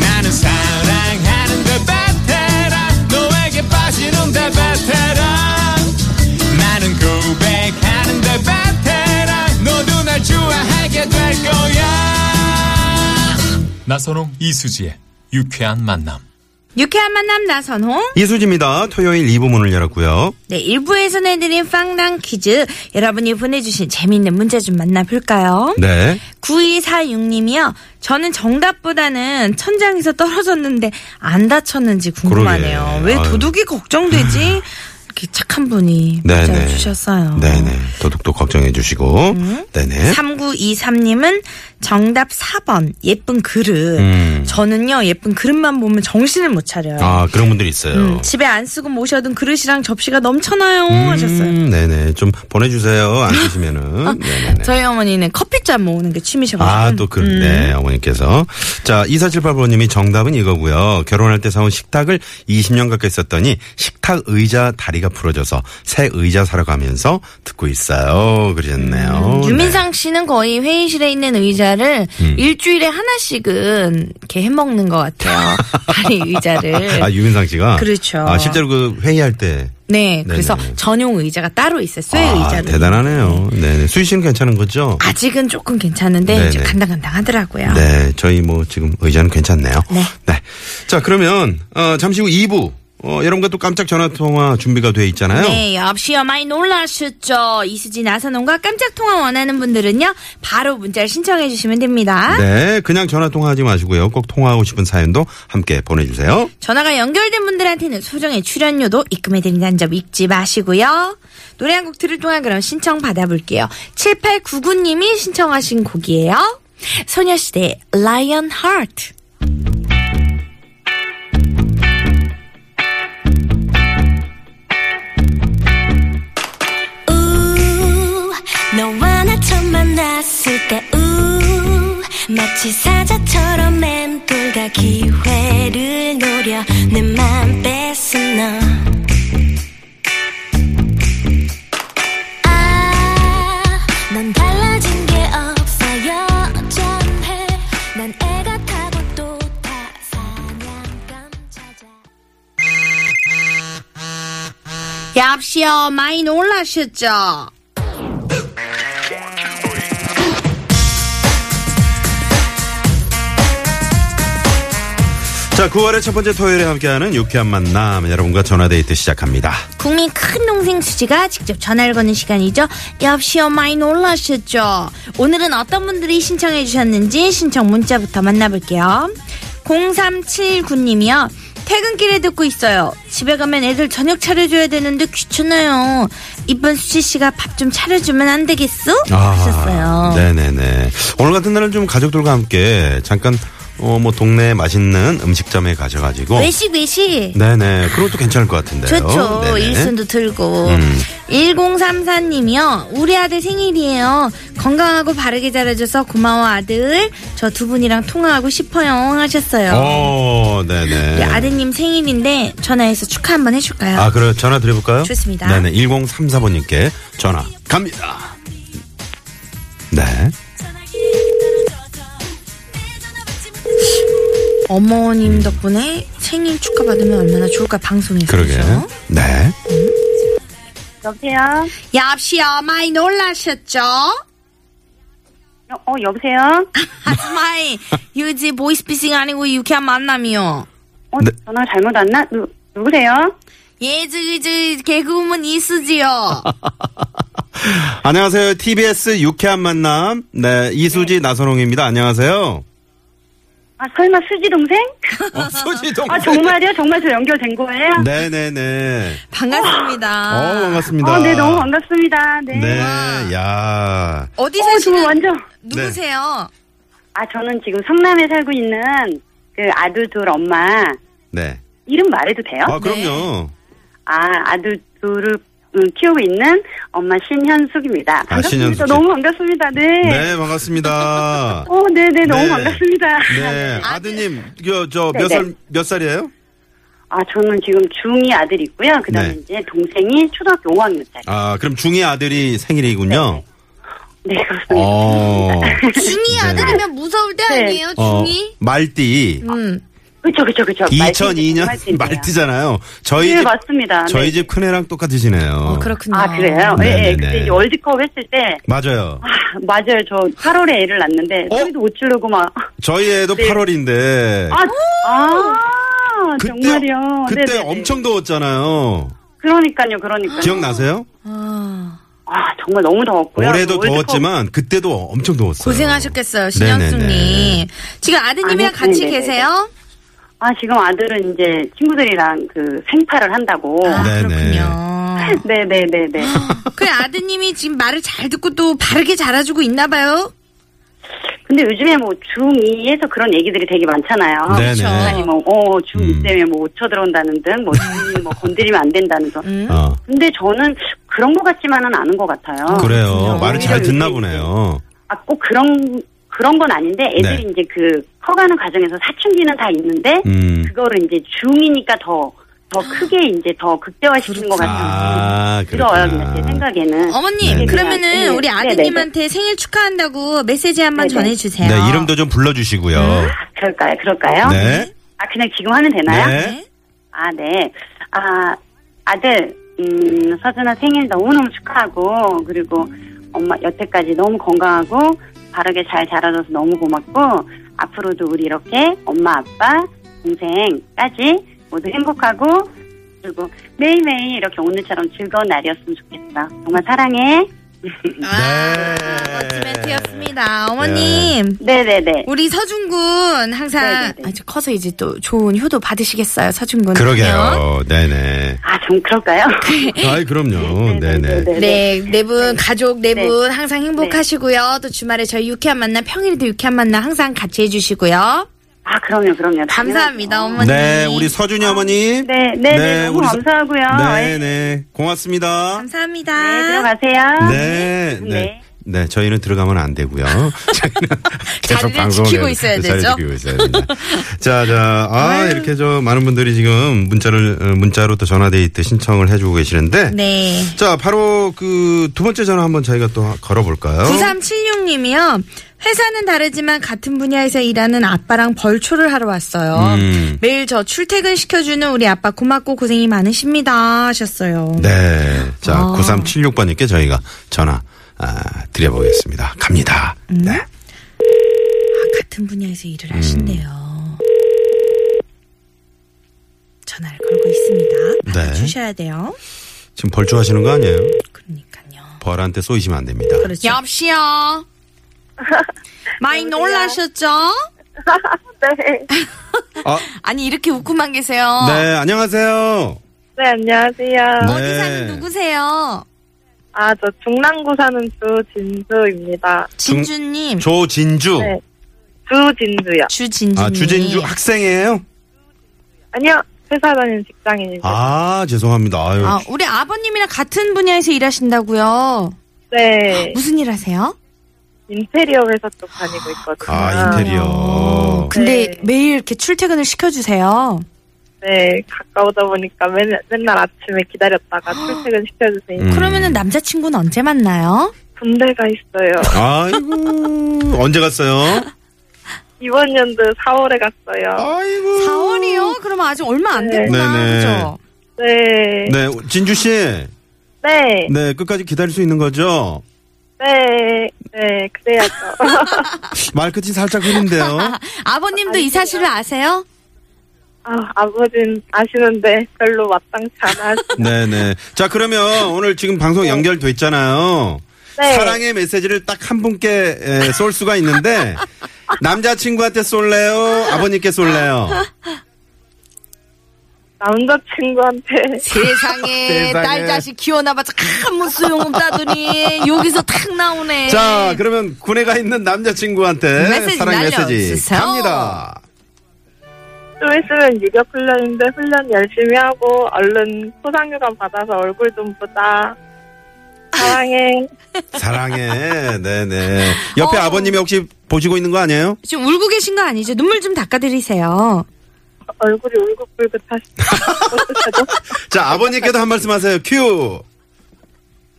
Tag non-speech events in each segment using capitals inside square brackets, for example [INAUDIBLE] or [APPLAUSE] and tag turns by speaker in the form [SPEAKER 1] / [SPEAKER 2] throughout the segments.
[SPEAKER 1] 나는 사랑하는데 그 베테랑 너에게 빠지는데 그 베테랑 나는 고백하는데 그 베테랑 너도 날 좋아하게 될 거야. 나선홍 이수지의 유쾌한 만남.
[SPEAKER 2] 유쾌한 만남 나선홍.
[SPEAKER 3] 이수지입니다. 토요일 2부 문을 열었고요.
[SPEAKER 2] 네, 1부에서 내드린 빵랑 퀴즈. 여러분이 보내주신 재미있는 문제 좀 만나볼까요?
[SPEAKER 3] 네.
[SPEAKER 2] 9246님이요. 저는 정답보다는 천장에서 떨어졌는데 안 다쳤는지 궁금하네요.
[SPEAKER 3] 그러게.
[SPEAKER 2] 왜
[SPEAKER 3] 아유. 음.
[SPEAKER 2] 도둑이 걱정되지? 이렇게 착한 분이 문자를 주셨어요.
[SPEAKER 3] 네네. 예? 도둑도 걱정해 주시고.
[SPEAKER 2] 음.
[SPEAKER 3] 네네.
[SPEAKER 2] 3923님은 정답 4번 예쁜 그릇.
[SPEAKER 3] 음.
[SPEAKER 2] 저는요 예쁜 그릇만 보면 정신을 못 차려요.
[SPEAKER 3] 아, 그런 분들 있어요.
[SPEAKER 2] 음, 집에 안 쓰고 모셔둔 그릇이랑 접시가 넘쳐나요 하셨어요. 아,
[SPEAKER 3] 음, 네네. 좀 보내주세요. 안 드시면은. 네네네.
[SPEAKER 2] 저희 음. 어머니는 커피잔 모으는 게 취미셔가지고.
[SPEAKER 3] 아, 또 그, 네, 어머님께서. 자, 2478번님이 정답은 이거고요. 결혼할 때 사온 식탁을 20년 가까이 썼더니 식탁 의자 다리가 부러져서 새 의자 사러 가면서 듣고 있어요. 그러셨네요.
[SPEAKER 2] 음,
[SPEAKER 3] 음.
[SPEAKER 2] 유민상 씨는 거의 회의실에 있는 의자를 일주일에 하나씩은 이렇게 해먹는 것
[SPEAKER 3] [LAUGHS]
[SPEAKER 2] 같아요. 다리 의자를.
[SPEAKER 3] 네. 아, 유민상 씨가?
[SPEAKER 2] 그렇죠.
[SPEAKER 3] 아, 실제로 그 회의할 때.
[SPEAKER 2] 네, 그래서
[SPEAKER 3] 네네.
[SPEAKER 2] 전용 의자가 따로 있어요. 쇠
[SPEAKER 3] 아,
[SPEAKER 2] 네, 의자로.
[SPEAKER 3] 대단하네요. 네네. 수희 씨는 괜찮은 거죠?
[SPEAKER 2] 아직은 조금 괜찮은데 이제
[SPEAKER 3] 네네.
[SPEAKER 2] 간당간당 하더라고요.
[SPEAKER 3] 네, 저희 뭐 지금 의자는 괜찮네요.
[SPEAKER 2] 네.
[SPEAKER 3] 자, 그러면, 어, 잠시 후 2부. 어, 여러분과 또 깜짝 전화통화 준비가 돼 있잖아요.
[SPEAKER 2] 네, 역시요. 많이 놀라셨죠? 이수지 나선홍과 깜짝 통화 원하는 분들은요, 바로 문자를 신청해 주시면 됩니다.
[SPEAKER 3] 네, 그냥 전화통화하지 마시고요. 꼭 통화하고 싶은 사연도 함께 보내주세요.
[SPEAKER 2] 전화가 연결된 분들한테는 소정의 출연료도 입금해드린다는 점 잊지 마시고요. 노래 한 곡 들을 동안 그럼 신청 받아볼게요. 7899님이 신청하신 곡이에요. 소녀시대 라이언 하트.
[SPEAKER 4] 우 너와 나 처음 만났을 때 우 마치 사자처럼 맴돌다 기회를 노려 내 맘 뺏은 너 아, 넌 달라진 게 없어요 전해 난 애가 타고 또 다 사냥감 찾아
[SPEAKER 2] 얍시요. 많이 놀라셨죠?
[SPEAKER 3] 자, 9월의 첫 번째 토요일에 함께하는 유쾌한 만남. 여러분과 전화데이트 시작합니다.
[SPEAKER 2] 국민 큰 동생 수지가 직접 전화를 거는 시간이죠. 엽시요 많이 놀라셨죠? 오늘은 어떤 분들이 신청해 주셨는지 신청 문자부터 만나볼게요. 0379님이요. 퇴근길에 듣고 있어요. 집에 가면 애들 저녁 차려줘야 되는데 귀찮아요. 이번 수지 씨가 밥 좀 차려주면 안 되겠어? 아, 하셨어요.
[SPEAKER 3] 네네네. 오늘 같은 날은 좀 가족들과 함께 잠깐, 어, 뭐, 동네 맛있는 음식점에 가셔가지고.
[SPEAKER 2] 외식 외식.
[SPEAKER 3] 네네. 그것도 괜찮을 것 같은데요.
[SPEAKER 2] 좋죠.
[SPEAKER 3] 네네.
[SPEAKER 2] 일순도 들고.
[SPEAKER 3] 음.
[SPEAKER 2] 1034님이요. 우리 아들 생일이에요. 건강하고 바르게 자라줘서 고마워 아들. 저 두 분이랑 통화하고 싶어요 하셨어요.
[SPEAKER 3] 오,
[SPEAKER 2] 우리
[SPEAKER 3] 네네.
[SPEAKER 2] 아드님 생일인데 전화해서 축하 한번 해줄까요?
[SPEAKER 3] 아, 그래 전화 드려볼까요?
[SPEAKER 2] 좋습니다.
[SPEAKER 3] 네네. 1034번님께 전화 갑니다. 네.
[SPEAKER 2] 어머님 덕분에 생일 축하 받으면 얼마나 좋을까 방송에서.
[SPEAKER 3] 음. 그러게.
[SPEAKER 2] 그죠?
[SPEAKER 3] 네.
[SPEAKER 5] 여보세요?
[SPEAKER 2] 얍시야 많이 놀라셨죠?
[SPEAKER 5] 여- 어, 여보세요?
[SPEAKER 3] [LAUGHS]
[SPEAKER 2] 하지마이 유지 보이스피싱 아니고 유쾌한 만남이요.
[SPEAKER 5] 어,
[SPEAKER 3] 네.
[SPEAKER 5] 전화 잘못 왔나? 누, 누구세요?
[SPEAKER 2] 예즈즈 개그우먼
[SPEAKER 3] [LAUGHS]
[SPEAKER 2] 이수지요.
[SPEAKER 3] 안녕하세요. TBS 유쾌한 만남. 네. 이수지 나선홍입니다. 안녕하세요.
[SPEAKER 5] 아, 설마 수지 동생?
[SPEAKER 3] 어, 수지 동생.
[SPEAKER 5] 아, 정말요? 정말 저 연결된 거예요?
[SPEAKER 3] 네네네.
[SPEAKER 2] 반갑습니다.
[SPEAKER 3] 어, 반갑습니다.
[SPEAKER 5] 어, 네, 너무 반갑습니다. 네.
[SPEAKER 3] 네. 야.
[SPEAKER 2] 어디
[SPEAKER 5] 어, 저
[SPEAKER 2] 사시는
[SPEAKER 5] 완전.
[SPEAKER 2] 누구세요?
[SPEAKER 5] 아, 저는 지금 성남에 살고 있는 그 아들 둘 엄마.
[SPEAKER 3] 네.
[SPEAKER 5] 이름 말해도 돼요?
[SPEAKER 3] 아, 그럼요.
[SPEAKER 5] 아, 아들 둘을 음, 키우고 있는 엄마 신현숙입니다. 반갑습니다.
[SPEAKER 3] 아, 신현숙 씨.
[SPEAKER 5] 너무 반갑습니다. 네.
[SPEAKER 3] 네, 반갑습니다.
[SPEAKER 5] 어, 네, 네, 너무
[SPEAKER 3] 네.
[SPEAKER 5] 반갑습니다. [LAUGHS]
[SPEAKER 3] 네, 아드님, 그,
[SPEAKER 5] 네,
[SPEAKER 3] 저몇
[SPEAKER 5] 네.
[SPEAKER 3] 살, 몇 살이에요?
[SPEAKER 5] 아, 저는 지금 중2 아들이 있고요. 그 다음에
[SPEAKER 3] 네.
[SPEAKER 5] 이제 동생이 초등학교 5학년짜리.
[SPEAKER 3] 아, 그럼 중이 아들이 생일이군요.
[SPEAKER 5] 네, 그렇습니다. [LAUGHS]
[SPEAKER 3] 어,
[SPEAKER 2] 중이 아들이면 무서울 때
[SPEAKER 5] 네.
[SPEAKER 2] 아니에요,
[SPEAKER 3] 어,
[SPEAKER 2] 중이?
[SPEAKER 3] 말띠.
[SPEAKER 2] 음.
[SPEAKER 5] 그쵸, 그쵸, 그쵸. 말띠,
[SPEAKER 3] 2002년
[SPEAKER 5] 말띠인데요.
[SPEAKER 3] 말띠잖아요. 저희
[SPEAKER 5] 네,
[SPEAKER 3] 집,
[SPEAKER 5] 맞습니다.
[SPEAKER 3] 저희
[SPEAKER 5] 네.
[SPEAKER 3] 집 큰애랑 똑같으시네요.
[SPEAKER 2] 어, 그렇군요.
[SPEAKER 5] 아, 그래요?
[SPEAKER 3] 네,
[SPEAKER 5] 예,
[SPEAKER 3] 네,
[SPEAKER 5] 예. 그때
[SPEAKER 3] 네.
[SPEAKER 5] 이제 월드컵 했을 때,
[SPEAKER 3] 맞아요.
[SPEAKER 5] 아, 맞아요. 저 8월에 애를 낳았는데,
[SPEAKER 3] 어?
[SPEAKER 5] 소리도 못 지르고 막.
[SPEAKER 3] 저희 애도 8월인데
[SPEAKER 5] 네. 아, 아,
[SPEAKER 3] 그때
[SPEAKER 5] 정말요.
[SPEAKER 3] 그때
[SPEAKER 5] 네네네.
[SPEAKER 3] 엄청 더웠잖아요.
[SPEAKER 5] 그러니까요, 그러니까요.
[SPEAKER 3] 기억나세요?
[SPEAKER 2] 아,
[SPEAKER 5] 아, 정말 너무 더웠고요.
[SPEAKER 3] 올해도
[SPEAKER 5] 월드컵-
[SPEAKER 3] 더웠지만 그때도 엄청 더웠어요.
[SPEAKER 2] 고생하셨겠어요,
[SPEAKER 3] 네네네.
[SPEAKER 2] 신영숙님. 지금 아드님이랑
[SPEAKER 5] 아니,
[SPEAKER 2] 같이
[SPEAKER 5] 네네네.
[SPEAKER 2] 계세요?
[SPEAKER 5] 아, 지금 아들은 이제 친구들이랑 그 생파를 한다고.
[SPEAKER 2] 아,
[SPEAKER 3] 네네. [LAUGHS]
[SPEAKER 2] 그렇군요.
[SPEAKER 5] [LAUGHS] 네네네네.
[SPEAKER 2] 그래, 아드님이 지금 말을 잘 듣고 또 바르게 자라주고 있나 봐요?
[SPEAKER 5] 근데 요즘에 뭐 중2에서 그런 얘기들이 되게 많잖아요.
[SPEAKER 3] 네네.
[SPEAKER 2] 그렇죠.
[SPEAKER 5] 아니 뭐, 어, 중2
[SPEAKER 3] 음.
[SPEAKER 5] 때문에 뭐 오쳐 들어온다는 등, 뭐,
[SPEAKER 2] [LAUGHS]
[SPEAKER 5] 중2 뭐 건드리면 안 된다는 등.
[SPEAKER 2] 음.
[SPEAKER 3] 어,
[SPEAKER 5] 근데 저는 그런 것 같지만은 않은 것 같아요.
[SPEAKER 3] 그래요.
[SPEAKER 5] 그래서
[SPEAKER 3] 말을
[SPEAKER 5] 오히려
[SPEAKER 3] 잘 듣나
[SPEAKER 5] 요즘
[SPEAKER 3] 보네요.
[SPEAKER 5] 아, 꼭 그런, 그런 건 아닌데 애들이
[SPEAKER 3] 네.
[SPEAKER 5] 이제 그 커가는 과정에서 사춘기는 다 있는데
[SPEAKER 3] 음.
[SPEAKER 5] 그거를 이제 중이니까 더, 더 크게 이제 더 극대화시키는 것 같아요.
[SPEAKER 3] 아,
[SPEAKER 5] 들어요, 그냥 제
[SPEAKER 3] 그렇구나.
[SPEAKER 5] 생각에는.
[SPEAKER 2] 어머님,
[SPEAKER 3] 네네.
[SPEAKER 2] 그러면은
[SPEAKER 5] 네네.
[SPEAKER 2] 우리 아드님한테 생일 축하한다고 메시지 한번
[SPEAKER 5] 네네.
[SPEAKER 3] 네,
[SPEAKER 2] 전해주세요. 음.
[SPEAKER 3] 이름도 좀 불러주시고요.
[SPEAKER 5] 아, 그럴까요? 그럴까요?
[SPEAKER 3] 네.
[SPEAKER 5] 아, 그냥 지금 하면 되나요?
[SPEAKER 3] 네.
[SPEAKER 5] 아, 네. 아, 아들, 음, 서준아 생일 너무너무 축하하고, 그리고 엄마 여태까지 너무 건강하고, 바르게 잘 자라줘서 너무 고맙고, 앞으로도 우리 이렇게 엄마, 아빠, 동생까지 모두 행복하고, 그리고 매일매일 이렇게 오늘처럼 즐거운 날이었으면 좋겠어. 정말 사랑해.
[SPEAKER 2] 아,
[SPEAKER 3] 네.
[SPEAKER 2] 멋진 멘트였습니다. 어머님.
[SPEAKER 5] 네네네.
[SPEAKER 2] 우리 서준군 항상
[SPEAKER 5] 네, 네, 네.
[SPEAKER 2] 아, 저 커서 이제 또 좋은 효도 받으시겠어요, 서준군.
[SPEAKER 3] 그러게요. 네네.
[SPEAKER 2] [LAUGHS]
[SPEAKER 5] 아, 좀 그럴까요?
[SPEAKER 3] 아이, 그럼요. 네네.
[SPEAKER 2] 네, 네 분 가족 네 분 항상
[SPEAKER 5] 네.
[SPEAKER 2] 행복하시고요. 또 주말에 저희 유쾌한 만남 평일에도 유쾌한 만남 항상 같이 해주시고요.
[SPEAKER 5] 아, 그럼요, 그럼요.
[SPEAKER 2] 감사합니다,
[SPEAKER 5] 당연하죠.
[SPEAKER 2] 어머니.
[SPEAKER 3] 네, 우리 서준이 어머니.
[SPEAKER 5] 네, 네, 네. 너무
[SPEAKER 3] 우리 서-
[SPEAKER 5] 감사하고요.
[SPEAKER 3] 네, 네. 고맙습니다.
[SPEAKER 2] 감사합니다.
[SPEAKER 5] 네, 들어가세요.
[SPEAKER 3] 네, 네.
[SPEAKER 5] 네.
[SPEAKER 3] 네, 저희는 들어가면
[SPEAKER 2] [LAUGHS]
[SPEAKER 3] 안 되고요. 저희는
[SPEAKER 2] 자리를 지키고 있어야
[SPEAKER 3] 자리를
[SPEAKER 2] 되죠?
[SPEAKER 3] 지키고 있어야 됩니다. 자, 자, 아 이렇게 저 많은 분들이 지금 문자를 어, 문자로 또 전화 데이트 신청을 해주고 계시는데,
[SPEAKER 2] 네.
[SPEAKER 3] 자, 바로 그 두 번째 전화 한번 저희가 또 걸어볼까요?
[SPEAKER 2] 9376님이요. 회사는 다르지만 같은 분야에서 일하는 아빠랑 벌초를 하러 왔어요.
[SPEAKER 3] 음.
[SPEAKER 2] 매일 저 출퇴근 시켜주는 우리 아빠 고맙고 고생이 많으십니다 하셨어요.
[SPEAKER 3] 네, 자,
[SPEAKER 2] 아.
[SPEAKER 3] 9376번님께 저희가 전화 아, 드려보겠습니다. 갑니다.
[SPEAKER 2] 음.
[SPEAKER 3] 네.
[SPEAKER 2] 아, 같은 분야에서 일을 하신대요.
[SPEAKER 3] 음.
[SPEAKER 2] 전화를 걸고 있습니다.
[SPEAKER 3] 네.
[SPEAKER 2] 받아주셔야 돼요.
[SPEAKER 3] 지금 벌초하시는 거 아니에요?
[SPEAKER 2] 그러니까요.
[SPEAKER 3] 벌한테 쏘이시면 안 됩니다.
[SPEAKER 2] 그렇죠.
[SPEAKER 6] [LAUGHS]
[SPEAKER 2] 여보시요. 많이 놀라셨죠?
[SPEAKER 6] [LAUGHS] 네.
[SPEAKER 3] 아,
[SPEAKER 2] 아니 이렇게 웃고만 계세요.
[SPEAKER 3] 네, 안녕하세요.
[SPEAKER 6] 네, 안녕하세요.
[SPEAKER 2] 어.
[SPEAKER 3] 네.
[SPEAKER 2] 어디 사는 누구세요?
[SPEAKER 6] 아, 저 중랑구 사는 주진주입니다.
[SPEAKER 3] 중-
[SPEAKER 2] 진주님.
[SPEAKER 3] 조진주.
[SPEAKER 6] 네. 주진주요.
[SPEAKER 2] 주진주님.
[SPEAKER 3] 아, 주진주 학생이에요?
[SPEAKER 6] 아니요, 회사 다니는 직장인입니다.
[SPEAKER 3] 아, 죄송합니다. 아유.
[SPEAKER 2] 아, 우리 아버님이랑 같은 분야에서 일하신다고요.
[SPEAKER 6] 네.
[SPEAKER 2] 무슨 일 하세요?
[SPEAKER 6] 인테리어 회사 쪽 다니고 있거든요.
[SPEAKER 3] 아, 인테리어.
[SPEAKER 2] 근데
[SPEAKER 6] 네.
[SPEAKER 2] 매일 이렇게 출퇴근을 시켜주세요.
[SPEAKER 6] 네, 가까우다 보니까 맨, 맨날 아침에 기다렸다가 출퇴근 시켜주세요.
[SPEAKER 3] 음.
[SPEAKER 2] 그러면은 남자친구는 언제 만나요?
[SPEAKER 6] 군대가 있어요.
[SPEAKER 3] 아이고. 언제 갔어요?
[SPEAKER 6] 이번 연도 4월에 갔어요. 음.
[SPEAKER 3] 아이고.
[SPEAKER 2] 4월이요? 그러면 아직 얼마 안
[SPEAKER 6] 네.
[SPEAKER 2] 됐구나.
[SPEAKER 3] 네네.
[SPEAKER 2] 그죠?
[SPEAKER 6] 네.
[SPEAKER 3] 네, 진주 씨.
[SPEAKER 6] 네.
[SPEAKER 3] 네, 끝까지 기다릴 수 있는 거죠?
[SPEAKER 6] 네. 네, 그래야죠.
[SPEAKER 3] 말끝이 살짝 흐린데요.
[SPEAKER 2] [LAUGHS] 아버님도 이 사실을 아세요?
[SPEAKER 6] 아, 아버진 아시는데 별로 마땅치 않아.
[SPEAKER 3] 네네. 자, 그러면 오늘 지금
[SPEAKER 2] 네.
[SPEAKER 3] 방송 연결돼 있잖아요.
[SPEAKER 6] 네.
[SPEAKER 3] 사랑의 메시지를 딱 한 분께 에, 쏠 수가
[SPEAKER 2] [LAUGHS]
[SPEAKER 3] 있는데, 남자친구한테 쏠래요? 아버님께 쏠래요?
[SPEAKER 6] 남자친구한테
[SPEAKER 2] 세상에,
[SPEAKER 3] 세상에.
[SPEAKER 2] 딸 자식 키워나봐 참무 소용없다더니 여기서 탁 나오네. 그
[SPEAKER 3] 자, 그러면 군에 가 있는 남자친구한테
[SPEAKER 2] 메시지
[SPEAKER 3] 사랑 메시지
[SPEAKER 2] 날려주세요.
[SPEAKER 3] 갑니다.
[SPEAKER 6] 좀 있으면 유격 훈련인데 훈련 열심히 하고 얼른 포상휴가 받아서 얼굴 좀 보자. 사랑해.
[SPEAKER 3] 사랑해. 네네. 옆에
[SPEAKER 2] 어.
[SPEAKER 3] 아버님이 혹시 보시고 있는 거 아니에요?
[SPEAKER 2] 지금 울고 계신 거 아니죠? 눈물 좀 닦아드리세요.
[SPEAKER 6] 얼굴이 울긋불긋하시죠. 어떡하죠?
[SPEAKER 3] 자, 아버님께도 한 말씀 하세요. 큐.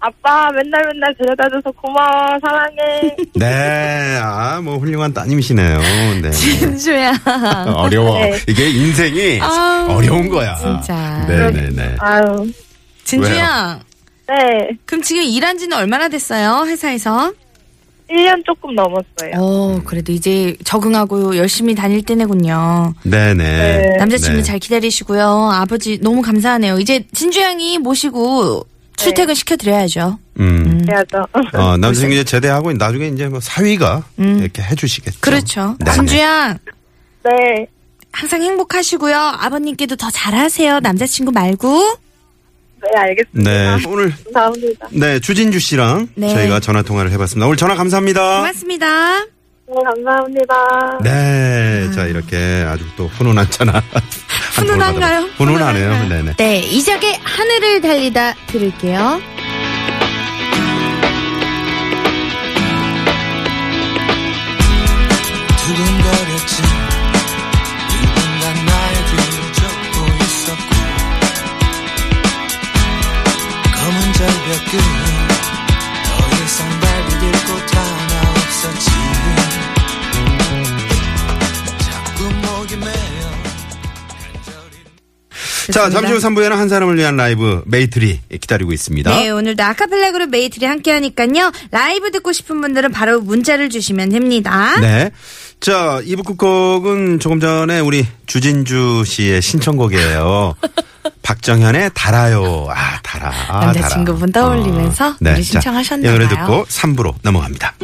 [SPEAKER 6] 아빠 맨날 맨날 데려다줘서 고마워. 사랑해.
[SPEAKER 3] 네. 아, 뭐 훌륭한 따님이시네요.
[SPEAKER 2] [LAUGHS] [LAUGHS]
[SPEAKER 3] 네.
[SPEAKER 2] 진주야.
[SPEAKER 3] 어려워.
[SPEAKER 6] 네.
[SPEAKER 3] 이게 인생이
[SPEAKER 2] 아우,
[SPEAKER 3] 어려운 거야.
[SPEAKER 2] 진짜.
[SPEAKER 3] 네네네.
[SPEAKER 6] 아유.
[SPEAKER 2] 진주야.
[SPEAKER 6] 네.
[SPEAKER 2] 그럼 지금 일한 지는 얼마나 됐어요? 회사에서?
[SPEAKER 6] 1년 조금 넘었어요.
[SPEAKER 2] 어, 그래도 이제 적응하고 열심히 다닐 때네군요.
[SPEAKER 3] 네네.
[SPEAKER 6] 네.
[SPEAKER 2] 남자친구
[SPEAKER 3] 네.
[SPEAKER 2] 잘 기다리시고요. 아버지 너무 감사하네요. 이제 진주양이 모시고 출퇴근 시켜드려야죠.
[SPEAKER 3] 음.
[SPEAKER 6] 해야죠. [LAUGHS]
[SPEAKER 3] 어, 남자친구 이제 제대하고 나중에 이제 뭐 사위가 이렇게 해주시겠죠.
[SPEAKER 2] 음. 그렇죠.
[SPEAKER 3] 네네.
[SPEAKER 2] 진주양
[SPEAKER 6] 네.
[SPEAKER 2] 항상 행복하시고요. 아버님께도 더 잘하세요. 남자친구 말고.
[SPEAKER 6] 네, 알겠습니다.
[SPEAKER 3] 네. 오늘,
[SPEAKER 6] 감사합니다.
[SPEAKER 3] 네, 주진주 씨랑
[SPEAKER 2] 네.
[SPEAKER 3] 저희가 전화 통화를 해봤습니다. 오늘 전화 감사합니다.
[SPEAKER 2] 고맙습니다.
[SPEAKER 6] 네, 감사합니다.
[SPEAKER 3] 네, 자 이렇게 아주 [LAUGHS] 또 훈훈한 전화. 한 통을
[SPEAKER 2] 훈훈한가요?
[SPEAKER 3] 받아봤- 훈훈하네요.
[SPEAKER 2] 훈훈한가요?
[SPEAKER 3] 네네.
[SPEAKER 2] 네, 이적의 하늘을 달리다 들을게요.
[SPEAKER 1] 두근거렸지 누군가 나의 뒤를 쫓고 있었고 검은 절벽 끝에 더 이상 발디딜 곳 하나 없었지 자꾸 목이 메여
[SPEAKER 3] 자 잠시 후 3부에는 한 사람을 위한 라이브 메이트리 기다리고 있습니다.
[SPEAKER 2] 네, 오늘도 아카펠라 그룹 메이트리 함께 하니까요. 라이브 듣고 싶은 분들은 바로 문자를 주시면 됩니다.
[SPEAKER 3] 네. 자, 이부 끝곡은 조금 전에 우리 주진주
[SPEAKER 2] [LAUGHS]
[SPEAKER 3] 씨의 신청곡이에요. 박정현의 달아요. 아, 달아. 아,
[SPEAKER 2] 남자친구분
[SPEAKER 3] 달아.
[SPEAKER 2] 떠올리면서 우리 신청하셨나
[SPEAKER 3] 이 노래
[SPEAKER 2] 봐요.
[SPEAKER 3] 듣고 3부로 넘어갑니다.